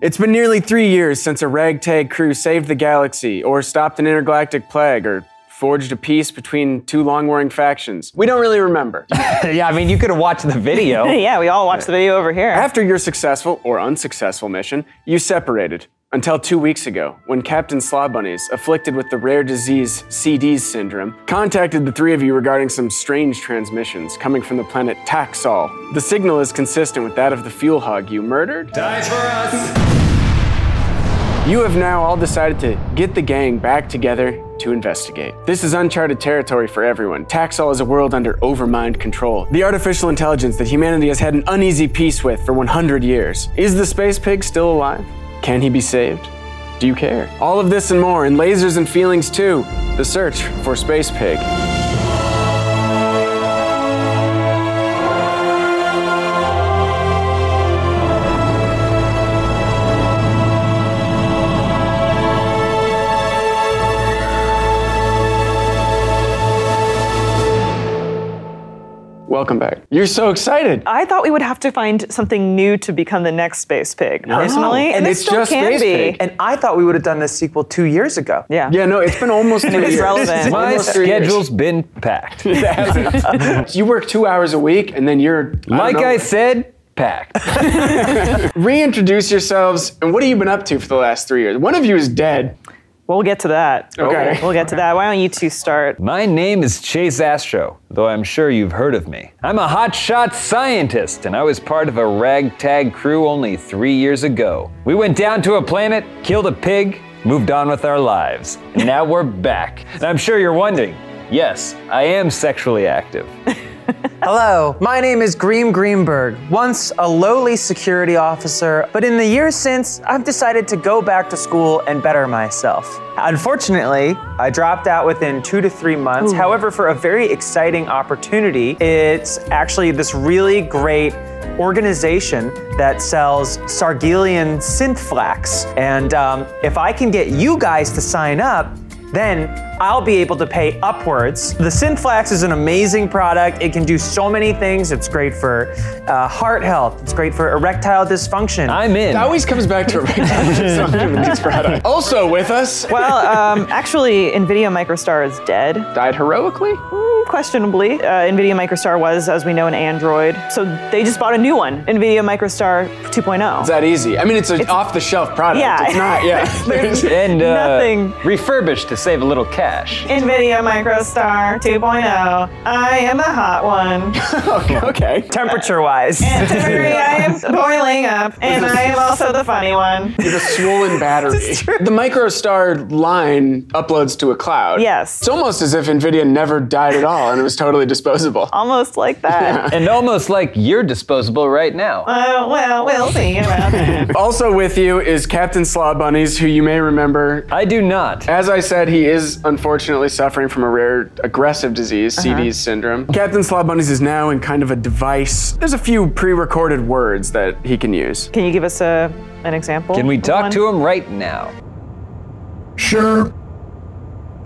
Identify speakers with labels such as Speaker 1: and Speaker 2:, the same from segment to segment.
Speaker 1: It's been nearly three years since a ragtag crew saved the galaxy, or stopped an intergalactic plague, or forged a peace between two long warring factions. We don't really remember.
Speaker 2: yeah, I mean, you could have watched the video.
Speaker 3: Yeah, we all watched the video over here.
Speaker 1: After your successful or unsuccessful mission, you separated. Until two weeks ago, when Captain Slawbunnies, afflicted with the rare disease CD's syndrome, contacted the three of you regarding some strange transmissions coming from the planet Taxol. The signal is consistent with that of the fuel hog you murdered.
Speaker 4: Die for us!
Speaker 1: You have now all decided to get the gang back together to investigate. This is uncharted territory for everyone. Taxol is a world under overmind control. The artificial intelligence that humanity has had an uneasy peace with for 100 years. Is the space pig still alive? Can he be saved? Do you care? All of this and more, and lasers and feelings too. The search for Space Pig. Welcome back. You're so excited.
Speaker 3: I thought we would have to find something new to become the next space pig, personally.
Speaker 1: and
Speaker 3: it
Speaker 1: it's
Speaker 3: still
Speaker 1: just
Speaker 3: can
Speaker 1: Space
Speaker 3: be.
Speaker 1: Pig.
Speaker 2: And I thought we would have done this sequel two years ago.
Speaker 3: Yeah.
Speaker 1: Yeah, no, it's been almost three
Speaker 3: was
Speaker 1: years.
Speaker 3: relevant.
Speaker 2: My
Speaker 1: Almost three years.
Speaker 2: schedule's been packed.
Speaker 1: You work two hours a week, and then you're I
Speaker 2: like
Speaker 1: don't know,
Speaker 2: I said, packed.
Speaker 1: reintroduce yourselves and what have you been up to for the last three years? One of you is dead.
Speaker 3: We'll get to that.
Speaker 1: Okay.
Speaker 3: We'll get to that. Why don't you two start?
Speaker 2: My name is Chase Astro, though I'm sure you've heard of me. I'm a hotshot scientist, and I was part of a ragtag crew only three years ago. We went down to a planet, killed a pig, moved on with our lives, and now we're back. And I'm sure you're wondering yes, I am sexually active.
Speaker 5: Hello, my name is Greem Greenberg, once a lowly security officer, but in the years since, I've decided to go back to school and better myself. Unfortunately, I dropped out within two to three months. However, for a very exciting opportunity, it's actually this really great organization that sells Sargelian synthflax. And um, if I can get you guys to sign up, then I'll be able to pay upwards. The Synflax is an amazing product. It can do so many things. It's great for uh, heart health. It's great for erectile dysfunction.
Speaker 2: I'm in.
Speaker 1: That always comes back to a Also with us
Speaker 3: Well, um, actually, NVIDIA MicroStar is dead,
Speaker 1: died heroically.
Speaker 3: Mm, questionably. Uh, NVIDIA MicroStar was, as we know, an Android. So they just bought a new one, NVIDIA MicroStar oh. 2.0.
Speaker 1: That easy. I mean, it's an off-the-shelf product.
Speaker 3: Yeah.
Speaker 1: It's not. Yeah.
Speaker 2: and uh,
Speaker 3: Nothing.
Speaker 2: refurbished to save a little cash.
Speaker 3: NVIDIA MicroStar 2.0. I am a hot one.
Speaker 1: okay.
Speaker 5: temperature wise.
Speaker 3: I am boiling up, and I am also the funny one.
Speaker 1: The swollen battery. The MicroStar line uploads to a cloud.
Speaker 3: Yes.
Speaker 1: It's almost as if Nvidia never died at all and it was totally disposable.
Speaker 3: Almost like that.
Speaker 2: And almost like you're disposable right now.
Speaker 3: Uh, well, we'll see about that.
Speaker 1: Also with you is Captain Slaw Bunnies, who you may remember
Speaker 2: I do not.
Speaker 1: As I said, he is unfortunately suffering from a rare aggressive disease, CD's syndrome. Uh-huh. Captain Slob Bunnies is now in kind of a device. There's a few pre recorded words that he can use.
Speaker 3: Can you give us a, an example?
Speaker 2: Can we talk to him right now?
Speaker 6: Sure.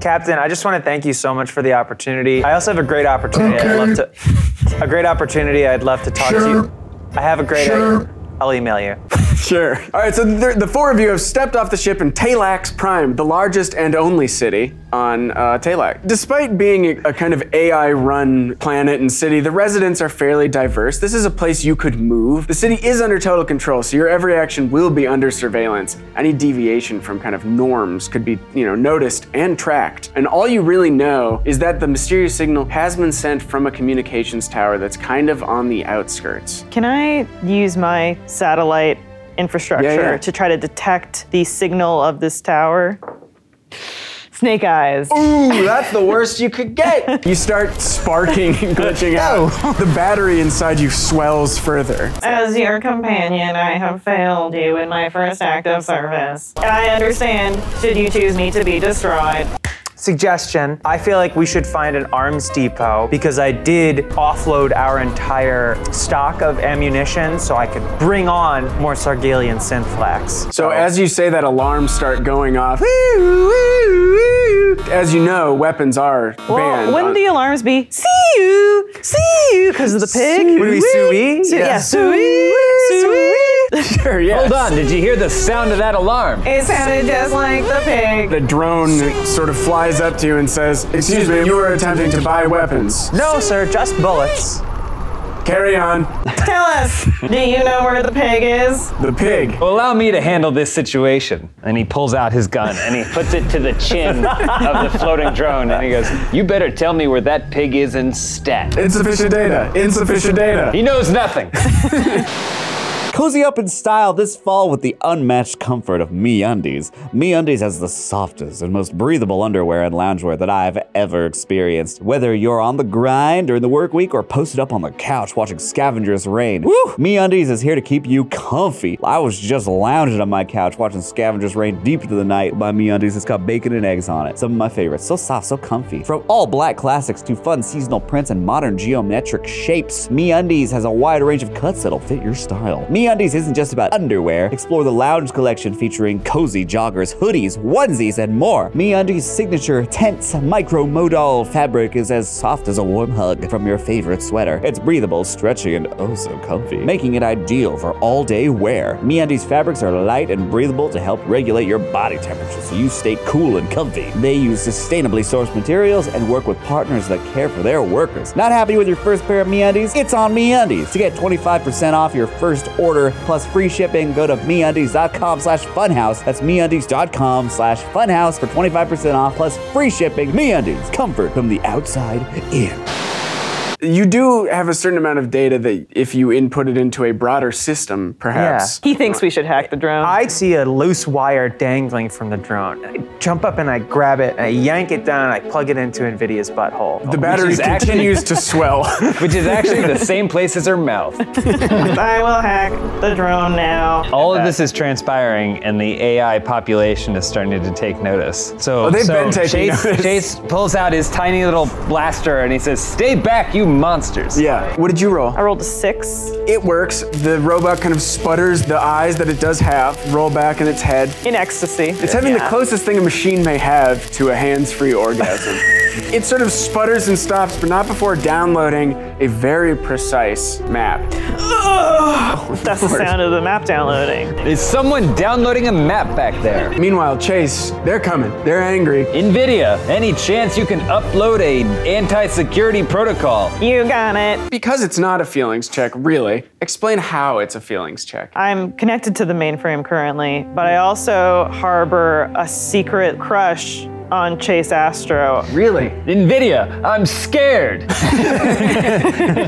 Speaker 5: Captain, I just want to thank you so much for the opportunity. I also have a great opportunity. I'd love to. A great opportunity. I'd love to talk to
Speaker 6: Sure.
Speaker 5: you. I have a great.
Speaker 6: Sure.
Speaker 5: I'll email you.
Speaker 1: Sure. All right, so the, the four of you have stepped off the ship in Talax Prime, the largest and only city on uh, Talax. Despite being a, a kind of AI run planet and city, the residents are fairly diverse. This is a place you could move. The city is under total control, so your every action will be under surveillance. Any deviation from kind of norms could be, you know, noticed and tracked. And all you really know is that the mysterious signal has been sent from a communications tower that's kind of on the outskirts.
Speaker 3: Can I use my satellite infrastructure
Speaker 1: Yeah, yeah.
Speaker 3: to try to detect the signal of this tower? Snake eyes.
Speaker 1: Ooh, that's the worst you could get. You start sparking and glitching out. The battery inside you swells further.
Speaker 3: As your companion, I have failed you in my first act of service. I understand, should you choose me to be destroyed.
Speaker 5: Suggestion I feel like we should find an arms depot because I did offload our entire stock of ammunition so I could bring on more Sargalian synthflax.
Speaker 1: So as you say that, alarms start going off. As you know, weapons are banned.
Speaker 3: Well, wouldn't
Speaker 1: on-
Speaker 3: the alarms be see you, see you, because of the pig?
Speaker 5: Would it be sous vide?
Speaker 3: Yeah,
Speaker 5: Yeah.
Speaker 3: sui, sui.
Speaker 1: Sure, yes.
Speaker 2: Hold on, did you hear the sound of that alarm?
Speaker 3: It sounded just like the pig.
Speaker 1: The drone sort of flies up to you and says, Excuse me, you were attempting to buy weapons.
Speaker 5: No, sir, just bullets.
Speaker 3: Oh.
Speaker 1: Carry on.
Speaker 3: Tell us, do you know where the pig is?
Speaker 1: The pig.
Speaker 2: Well, allow me to handle this situation. And he pulls out his gun and he puts it to the chin of the floating drone and he goes, You better tell me where that pig is in stat.
Speaker 1: Insufficient data. Insufficient data.
Speaker 2: He knows nothing.
Speaker 4: Cozy up in style this fall with the unmatched comfort of MeUndies. MeUndies has the softest and most breathable underwear and loungewear that I've ever experienced. Whether you're on the grind during the work week or posted up on the couch watching Scavengers Reign, woo! MeUndies is here to keep you comfy. I was just lounging on my couch watching Scavengers Reign deep into the night. My MeUndies has got bacon and eggs on it. Some of my favorites. So soft, so comfy. From all black classics to fun seasonal prints and modern geometric shapes, MeUndies has a wide range of cuts that'll fit your style. MeUndies isn't just about underwear. Explore the lounge collection featuring cozy joggers, hoodies, onesies, and more. MeUndies' signature tense micro modal fabric is as soft as a warm hug from your favorite sweater. It's breathable, stretchy, and oh so comfy, making it ideal for all-day wear. MeUndies fabrics are light and breathable to help regulate your body temperature so you stay cool and comfy. They use sustainably sourced materials and work with partners that care for their workers. Not happy with your first pair of MeUndies? It's on MeUndies. To get 25% off your first order plus free shipping, go to MeUndies.com slash funhouse. That's MeUndies.com slash funhouse for 25% off plus free shipping. MeUndies, comfort from the outside in.
Speaker 1: You do have a certain amount of data that if you input it into a broader system, perhaps.
Speaker 3: He thinks we should hack the drone.
Speaker 5: I see a loose wire dangling from the drone. I jump up and I grab it and I yank it down and I plug it into NVIDIA's butthole.
Speaker 1: The battery
Speaker 2: is actually-
Speaker 1: continues to swell.
Speaker 2: Which is actually the same place as her mouth.
Speaker 3: I will hack the drone now.
Speaker 2: All of this is transpiring, and the AI population is starting to take notice. So,
Speaker 1: Oh, they've
Speaker 2: so
Speaker 1: been taking
Speaker 2: Chase,
Speaker 1: notice.
Speaker 2: Chase pulls out his tiny little blaster and he says, "Stay back, you monsters!"
Speaker 1: yeah. What did you roll?
Speaker 3: I rolled a six.
Speaker 1: It works. The robot kind of sputters the eyes that it does have, roll back in its head.
Speaker 3: In ecstasy.
Speaker 1: It's having the
Speaker 3: Yeah.
Speaker 1: closest thing a machine may have to a hands free orgasm. it sort of sputters and stops, but not before downloading a very precise map.
Speaker 3: That's the sound of the map downloading.
Speaker 2: Is someone downloading a map back there?
Speaker 1: Meanwhile, Chase, they're coming. They're angry.
Speaker 2: Nvidia, any chance you can upload a anti-security protocol?
Speaker 3: You got it.
Speaker 1: Because it's not a feelings check, really, explain how it's a feelings check.
Speaker 3: I'm connected to the mainframe currently, but I also harbor a secret crush on Chase Astro.
Speaker 1: Really?
Speaker 2: Nvidia, I'm scared.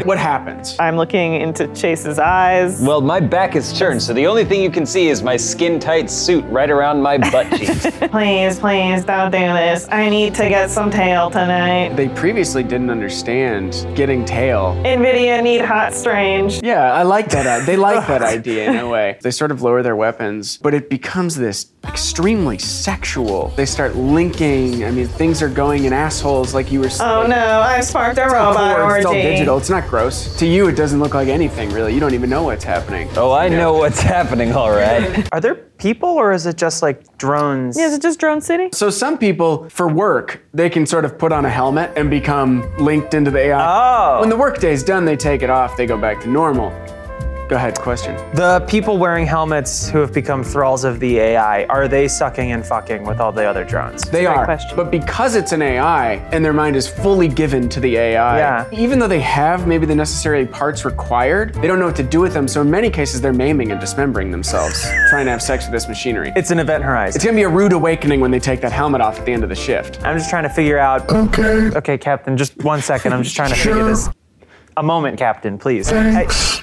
Speaker 1: What happens?
Speaker 3: I'm looking into Chase's eyes.
Speaker 2: well, my back is turned, so the only thing you can see is my skin-tight suit right around my butt cheeks.
Speaker 3: Please, please don't do this. I need to get some tail tonight.
Speaker 1: They previously didn't understand getting tail.
Speaker 3: Nvidia need hot strange.
Speaker 1: Yeah, I like that. i- They like that idea in a way. They sort of lower their weapons, but it becomes this extremely sexual. They start linking. I mean, things are going in assholes, like you were. s-
Speaker 3: Oh
Speaker 1: like,
Speaker 3: no, I sparked a robot
Speaker 1: before.
Speaker 3: orgy.
Speaker 1: It's all digital. It's not gross. To you, it doesn't look like anything really. You don't even know what's happening.
Speaker 2: oh, I know what's happening, all right.
Speaker 5: Are there people or is it just like drones?
Speaker 3: Is it just Drone City?
Speaker 1: So some people, for work, they can sort of put on a helmet and become linked into the AI.
Speaker 5: Oh.
Speaker 1: When the workday's done, they take it off. They go back to normal. Go ahead, question.
Speaker 5: The people wearing helmets who have become thralls of the AI, are they sucking and fucking with all the other drones?
Speaker 1: They are.
Speaker 3: question.
Speaker 1: But because it's an AI and their mind is fully given to the AI,
Speaker 5: Yeah.
Speaker 1: even though they have maybe the necessary parts required, they don't know what to do with them. So in many cases, they're maiming and dismembering themselves, trying to have sex with this machinery. It's
Speaker 5: It's an event horizon.
Speaker 1: going to be a rude awakening when they take that helmet off at the end of the shift.
Speaker 5: I'm just trying to figure out.
Speaker 6: Okay.
Speaker 5: Okay, Captain, just one second. I'm just trying to figure
Speaker 6: Sure.
Speaker 5: this. A moment, Captain, please. Hey,
Speaker 6: Thanks.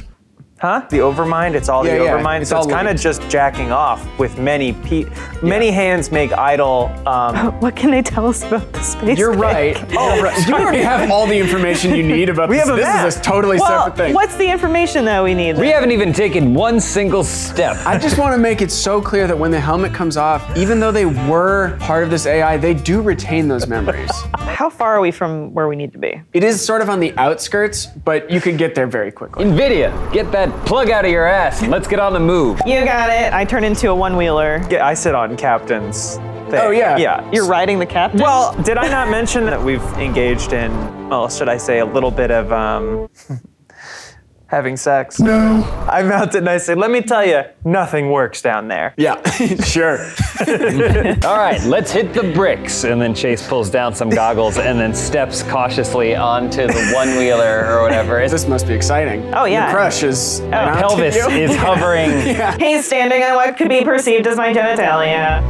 Speaker 5: huh? The overmind? It's all
Speaker 1: Yeah,
Speaker 5: the
Speaker 1: yeah,
Speaker 5: overmind.
Speaker 1: it's
Speaker 5: so it's
Speaker 1: all
Speaker 5: kind of
Speaker 1: linked.
Speaker 5: just jacking off with many pe- many hands make idle. Um,
Speaker 3: What can they tell us about the space?
Speaker 1: You're
Speaker 3: pig?
Speaker 1: right. Oh, right. You already have all the information you need about
Speaker 5: We
Speaker 1: this.
Speaker 5: have a
Speaker 1: this
Speaker 5: map.
Speaker 1: is a totally
Speaker 3: Well,
Speaker 1: separate thing.
Speaker 3: what's the information that we need?
Speaker 2: We haven't even taken one single step.
Speaker 1: I just want to make it so clear that when the helmet comes off, even though they were part of this AI, they do retain those memories.
Speaker 3: How far are we from where we need to be?
Speaker 1: It is sort of on the outskirts, but you could get there very quickly.
Speaker 2: Nvidia, get that plug out of your ass. and Let's get on the move.
Speaker 3: You got it. I turn into a one wheeler.
Speaker 5: yeah, I sit on captain's thing.
Speaker 1: Oh, yeah.
Speaker 5: Yeah.
Speaker 3: You're riding the captain.
Speaker 5: Well, did I not mention that we've engaged in, well, should I say, a little bit of, um, having sex.
Speaker 6: No.
Speaker 5: I mounted and I said, let me tell you, nothing works down there.
Speaker 1: Yeah, sure.
Speaker 2: All right, let's hit the bricks. And then Chase pulls down some goggles and then steps cautiously onto the one wheeler or whatever. It's
Speaker 1: This must be exciting.
Speaker 3: Oh, yeah.
Speaker 1: Your crush is mounted
Speaker 2: pelvis
Speaker 1: you.
Speaker 2: is hovering.
Speaker 3: He's standing on what could be perceived as my genitalia.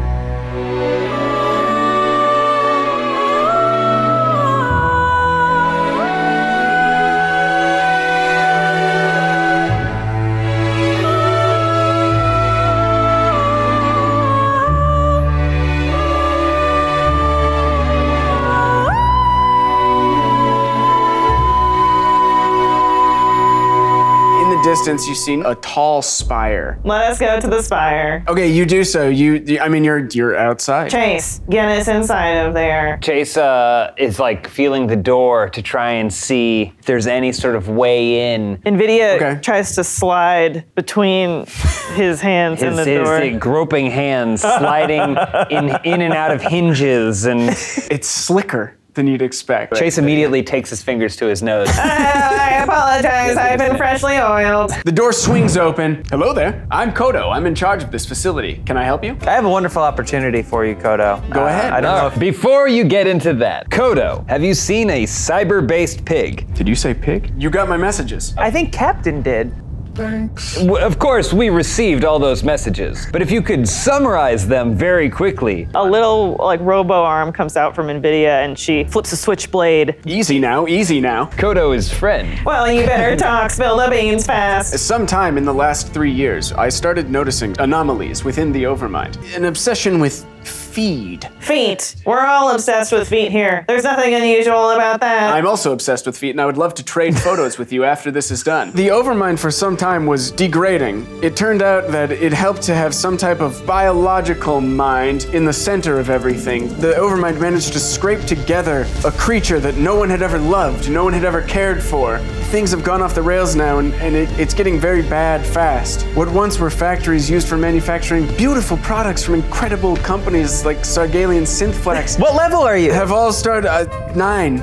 Speaker 1: In the distance, you see a tall spire.
Speaker 3: Let us go to the spire.
Speaker 1: Okay, you do so. You, you- I mean, you're you're outside.
Speaker 3: Chase, get us inside of there.
Speaker 2: Chase uh, is like feeling the door to try and see if there's any sort of way in.
Speaker 3: NVIDIA
Speaker 1: Okay.
Speaker 3: tries to slide between his hands in
Speaker 2: His,
Speaker 3: the
Speaker 2: his,
Speaker 3: door.
Speaker 2: groping hands sliding in, in and out of hinges, and
Speaker 1: It's slicker than you'd expect.
Speaker 2: Chase immediately takes his fingers to his nose.
Speaker 3: I apologize. I've been freshly oiled.
Speaker 1: The door swings open. Hello there. I'm Kodo. I'm in charge of this facility. Can I help you?
Speaker 5: I have a wonderful opportunity for you, Kodo. Uh,
Speaker 1: Go ahead.
Speaker 5: I don't know if
Speaker 2: Before you get into that, Kodo, have you seen a cyber based pig?
Speaker 1: Did you say pig? You got my messages.
Speaker 5: I think Captain did.
Speaker 6: Thanks.
Speaker 2: W- Of course, we received all those messages, but if you could summarize them very quickly,
Speaker 3: A little like robo arm comes out from Nvidia and she flips a switchblade.
Speaker 1: Easy now, easy now.
Speaker 2: Kodo is friend.
Speaker 3: Well, you better talk. Spill the beans fast.
Speaker 1: Sometime in the last three years, I started noticing anomalies within the Overmind. An obsession with feed.
Speaker 3: Feet. We're all obsessed with feet here. There's nothing unusual about that.
Speaker 1: I'm also obsessed with feet, and I would love to trade photos with you after this is done. The Overmind for some time was degrading. It turned out that it helped to have some type of biological mind in the center of everything. The Overmind managed to scrape together a creature that no one had ever loved, no one had ever cared for. Things have gone off the rails now, and, and it, it's getting very bad fast. What once were factories used for manufacturing beautiful products from incredible companies like Sargalian Synthflex.
Speaker 5: What level are you?
Speaker 1: Have all started uh, nine.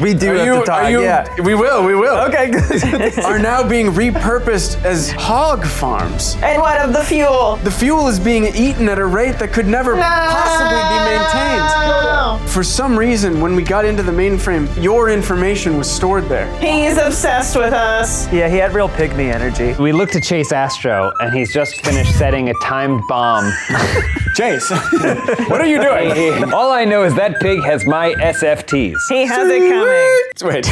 Speaker 5: we do have to talk.
Speaker 1: Are you,
Speaker 5: yeah.
Speaker 1: We will, we will.
Speaker 5: Okay. good.
Speaker 1: Are now being repurposed as hog farms.
Speaker 3: and what of the fuel?
Speaker 1: The fuel is being eaten at a rate that could never possibly be maintained. For some reason, when we got into the mainframe, your information was stored there.
Speaker 3: He's obsessed with us.
Speaker 5: yeah, he had real pygmy energy.
Speaker 2: We look to Chase Astro, and he's just finished setting a timed bomb.
Speaker 1: Chase, what are you doing?
Speaker 2: All I know is that pig has my SFTs.
Speaker 3: He has it coming.
Speaker 1: Wait.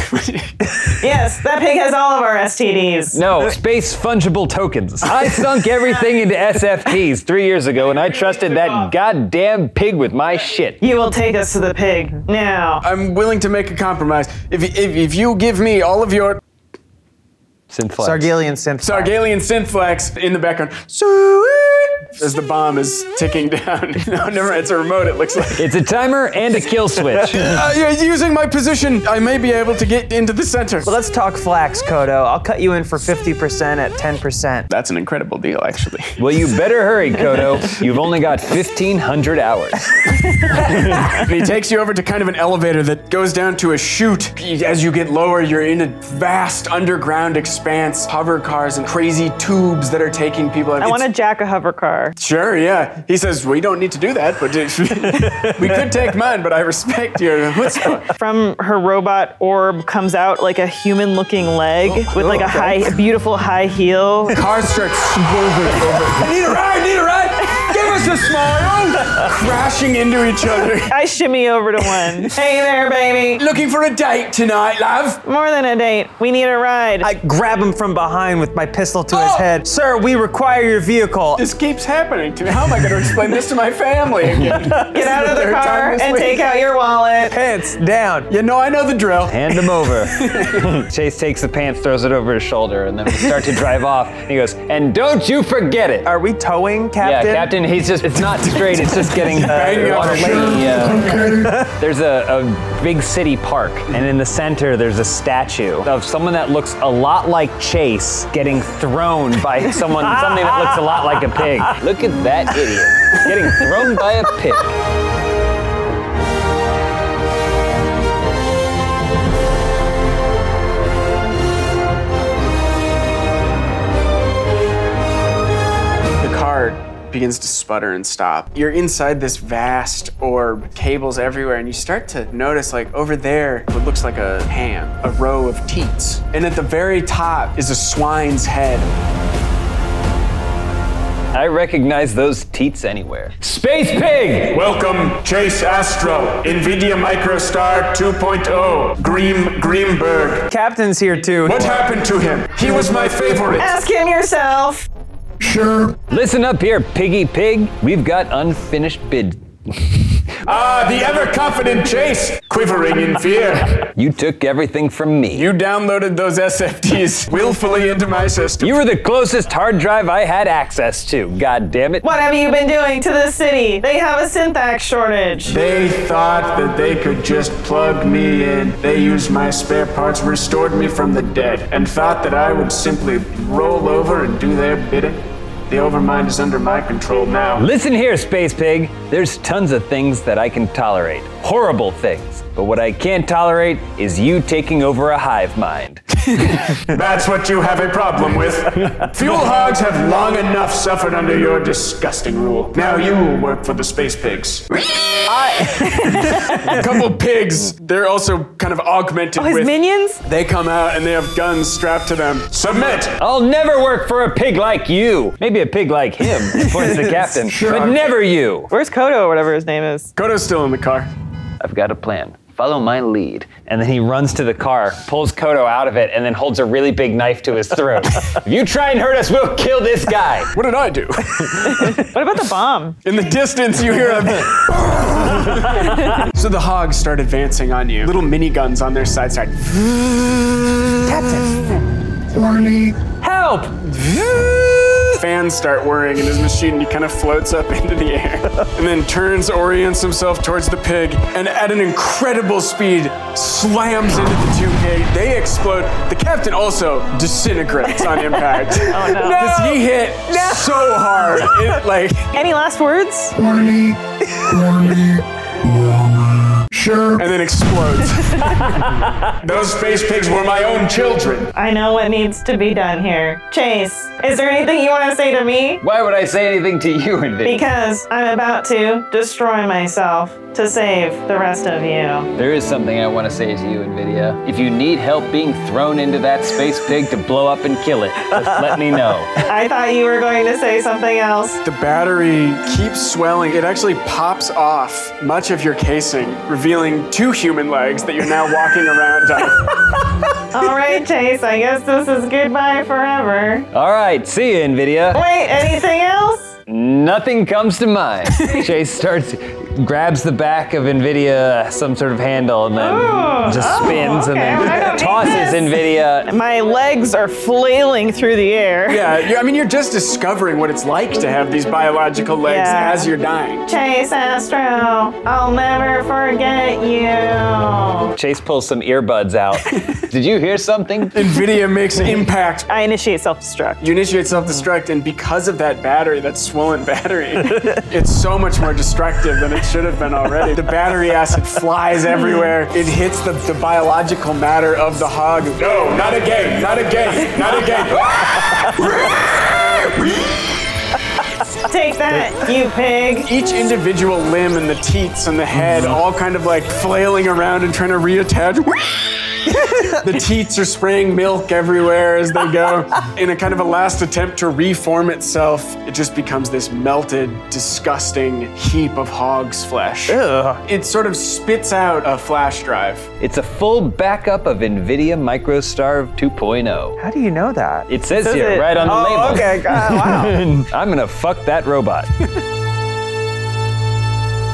Speaker 3: Yes, that pig has all of our STDs.
Speaker 2: No, space fungible tokens. I sunk everything into SFTs three years ago, and I trusted that goddamn pig with my shit.
Speaker 3: You will take us to the pig now.
Speaker 1: I'm willing to make a compromise. If, if, if you give me all of your
Speaker 2: Synthflex.
Speaker 5: Sargalian synth.
Speaker 1: Sargalian synthflex in the background, as the bomb is ticking down. no, never mind. It's a remote, it looks like.
Speaker 2: It's a timer and a kill switch.
Speaker 1: Uh, yeah, using my position, I may be able to get into the center.
Speaker 5: Let's talk flax, Kodo. I'll cut you in for 50% at 10%.
Speaker 1: that's an incredible deal, actually.
Speaker 2: well, you better hurry, Kodo. You've only got 1,500 hours.
Speaker 1: he takes you over to kind of an elevator that goes down to a chute. As you get lower, you're in a vast underground expanse, hover cars and crazy tubes that are taking people.
Speaker 3: I want to jack a hover car.
Speaker 1: Sure, yeah. He says we don't need to do that, but if- we could take mine. But I respect your. chutzpah."
Speaker 3: From her robot orb comes out like a human-looking leg
Speaker 1: Oh,
Speaker 3: with like a high, a beautiful high heel.
Speaker 1: Car starts swerving over. Need a ride? Need a ride? Give us a smile! Crashing into each other.
Speaker 3: I shimmy over to one. hey there, baby.
Speaker 1: Looking for a date tonight, love?
Speaker 3: More than a date. We need a ride.
Speaker 5: I grab him from behind with my pistol to his
Speaker 1: Oh!
Speaker 5: head. Sir, we require your vehicle.
Speaker 1: This keeps happening to me. How am I going to explain this to my family again?
Speaker 3: Get out of the
Speaker 1: third time
Speaker 3: car
Speaker 1: this
Speaker 3: and
Speaker 1: week.
Speaker 3: take out your wallet.
Speaker 5: Pants down.
Speaker 1: You know, I know the drill.
Speaker 2: Hand them over. Chase takes the pants, throws it over his shoulder, and then we start to drive off. And he goes, and don't you forget it.
Speaker 5: Are we towing,
Speaker 2: yeah,
Speaker 5: Captain?
Speaker 2: Captain, he's just, it's not straight, it's just getting
Speaker 1: Banging
Speaker 2: uh,
Speaker 1: up
Speaker 2: water
Speaker 1: the
Speaker 2: lady. Yeah.
Speaker 6: Okay.
Speaker 2: There's a, a big city park, and in the center, there's a statue of someone that looks a lot like Chase getting thrown by someone, something that looks a lot like a pig. Look at that idiot getting thrown by a pig.
Speaker 1: begins to sputter and stop. You're inside this vast orb, cables everywhere, and you start to notice like over there what looks like a ham, a row of teats. And at the very top is a swine's head.
Speaker 2: I recognize those teats anywhere. Space Pig!
Speaker 7: Welcome, Chase Astro, NVIDIA MicroStar 2.0, Green Greenberg.
Speaker 5: Captain's here too.
Speaker 7: What happened to him? He was my favorite.
Speaker 3: Ask him yourself.
Speaker 6: Sure.
Speaker 2: Listen up here, Piggy Pig. We've got unfinished bid.
Speaker 7: Ah, the ever confident Chase, quivering in fear.
Speaker 2: You took everything from me.
Speaker 1: You downloaded those SFTs willfully into my system.
Speaker 2: You were the closest hard drive I had access to. God damn it.
Speaker 3: What have you been doing to this city? They have a synthax shortage.
Speaker 7: They thought that they could just plug me in. They used my spare parts, restored me from the dead, and thought that I would simply roll over and do their bidding. The overmind is under my control now.
Speaker 2: Listen here, Space Pig. There's tons of things that I can tolerate. Horrible things. But what I can't tolerate is you taking over a hive mind.
Speaker 7: That's what you have a problem with. Fuel hogs have long enough suffered under your disgusting rule. Now you work for the space pigs.
Speaker 1: A couple pigs. They're also kind of augmented
Speaker 3: His
Speaker 1: with.
Speaker 3: minions?
Speaker 1: They come out and they have guns strapped to them.
Speaker 7: Submit!
Speaker 2: I'll never work for a pig like you. Maybe a pig like him, points the captain, but never you.
Speaker 3: Where's Kodo or whatever his name is?
Speaker 1: Kodo's still in the car.
Speaker 2: I've got a plan. Follow my lead. And then he runs to the car, pulls Kodo out of it, and then holds a really big knife to his throat. if you try and hurt us, we'll kill this guy.
Speaker 1: What did I do?
Speaker 3: What about the bomb?
Speaker 1: In the distance, you hear a. so the hogs start advancing on you. Little miniguns on their side side.
Speaker 6: Horny.
Speaker 5: Help!
Speaker 1: Fans start whirring in his machine, and he kind of floats up into the air, and then turns, orients himself towards the pig, and at an incredible speed, slams into the two pig. They explode. The captain also disintegrates on impact. oh
Speaker 3: no.
Speaker 1: he hit so hard, it, like
Speaker 3: Any last words?
Speaker 6: Horny. Horny. Horny. Sure.
Speaker 1: and then explodes.
Speaker 7: Those space pigs were my own children.
Speaker 3: I know what needs to be done here. Chase, is there anything you want to say to me?
Speaker 2: Why would I say anything to you, Invidia?
Speaker 3: Because I'm about to destroy myself to save the rest of you.
Speaker 2: There is something I want to say to you, Nvidia. If you need help being thrown into that space pig to blow up and kill it, just let me know.
Speaker 3: I thought you were going to say something else.
Speaker 1: The battery keeps swelling. It actually pops off much of your casing, revealing two human legs that you're now walking around on.
Speaker 3: All right, Chase, I guess this is goodbye forever.
Speaker 2: All right, see you, Nvidia.
Speaker 3: Wait, anything else?
Speaker 2: Nothing comes to mind. Chase starts, grabs the back of Nvidia, some sort of handle, and then
Speaker 3: Oh,
Speaker 2: just
Speaker 3: oh,
Speaker 2: spins
Speaker 3: okay,
Speaker 2: and
Speaker 3: I don't
Speaker 2: then
Speaker 3: need
Speaker 2: tosses
Speaker 3: this.
Speaker 2: Nvidia.
Speaker 3: My legs are flailing through the air.
Speaker 1: Yeah, you I mean, you're just discovering what it's like to have these biological legs
Speaker 3: Yeah.
Speaker 1: as you're dying.
Speaker 3: Chase Astro, I'll never forget you.
Speaker 2: Chase pulls some earbuds out. Did you hear something?
Speaker 1: NVIDIA makes impact.
Speaker 3: I initiate self destruct.
Speaker 1: You initiate self destruct, and because of that battery, that swollen battery, it's so much more destructive than it should have been already. The battery acid flies everywhere, it hits the, the biological matter of the hog.
Speaker 7: No, not again, not again, not again.
Speaker 3: Take that, you pig.
Speaker 1: each individual limb and the teats and the head all kind of like flailing around and trying to reattach. the teats are spraying milk everywhere as they go. In a kind of a last attempt to reform itself, it just becomes this melted, disgusting heap of hog's flesh. It sort of spits out a flash drive.
Speaker 2: It's a full backup of Nvidia MicroStar 2.0.
Speaker 5: How do you know that?
Speaker 2: It says
Speaker 3: Says
Speaker 2: here
Speaker 3: it.
Speaker 2: right on the
Speaker 5: oh,
Speaker 2: label.
Speaker 5: okay. God, wow.
Speaker 2: I'm gonna fuck that robot.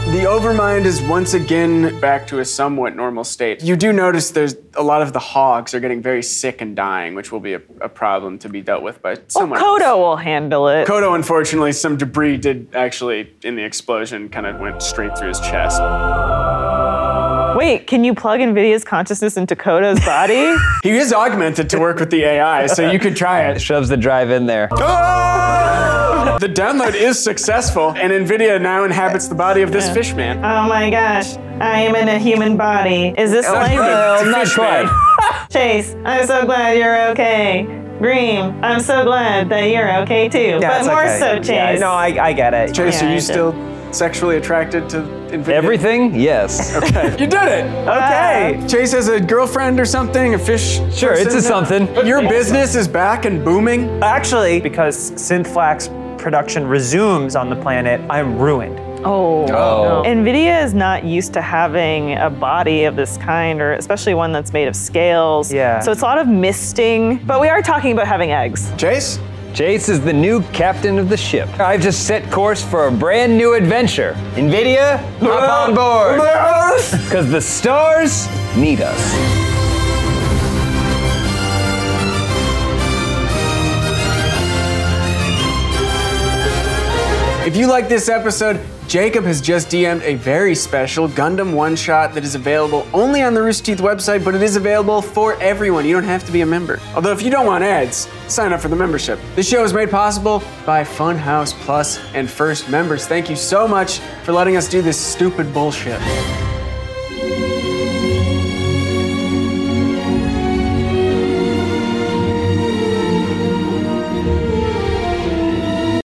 Speaker 1: The Overmind is once again back to a somewhat normal state. You do notice there's a lot of the hogs are getting very sick and dying, which will be a, a problem to be dealt with by someone. else.
Speaker 3: Oh, Kodo will handle it.
Speaker 1: Kodo, unfortunately, some debris did actually, in the explosion, kind of went straight through his chest.
Speaker 3: Wait, can you plug NVIDIA's consciousness into Kodo's body?
Speaker 1: He is augmented to work with the AI, so you could try it.
Speaker 2: Shoves the drive in there.
Speaker 1: The download is successful, and NVIDIA now inhabits the body of this fish man.
Speaker 3: oh my gosh, I am in a human
Speaker 5: Oh,
Speaker 3: body. Is this like
Speaker 2: Well, not
Speaker 1: Fish man.
Speaker 2: quite.
Speaker 3: Chase? I'm so glad you're okay. Green, I'm so glad that you're okay too.
Speaker 5: Yeah,
Speaker 3: but
Speaker 5: it's
Speaker 3: more
Speaker 5: okay.
Speaker 3: so, Chase.
Speaker 5: Yeah, no, I, I get it.
Speaker 1: Chase,
Speaker 3: Yeah,
Speaker 1: are
Speaker 3: I
Speaker 1: you
Speaker 3: did.
Speaker 1: still sexually attracted to Infinity?
Speaker 2: Everything? Yes.
Speaker 1: You did
Speaker 5: Uh,
Speaker 1: it.
Speaker 5: Okay.
Speaker 1: Chase has a girlfriend or something, a fish.
Speaker 2: Sure, it's
Speaker 1: person?
Speaker 2: a something.
Speaker 1: Your business is back and booming.
Speaker 5: Actually, because Synthflax production resumes on the planet, I'm ruined.
Speaker 3: Oh.
Speaker 2: Oh.
Speaker 3: NVIDIA is not used to having a body of this kind, or especially one that's made of scales.
Speaker 5: Yeah.
Speaker 3: So it's a lot of misting, but we are talking about having eggs.
Speaker 1: Chase,
Speaker 2: Chase is the new captain of the ship. I've just set course for a brand new adventure. NVIDIA, hop on board! Because the stars need us.
Speaker 1: if you like this episode, Jacob has just DM'd a very special Gundam one shot that is available only on the Rooster Teeth website, but it is available for everyone. You don't have to be a member. Although, if you don't want ads, sign up for the membership. The show is made possible by Funhouse Plus and First Members. Thank you so much for letting us do this stupid bullshit.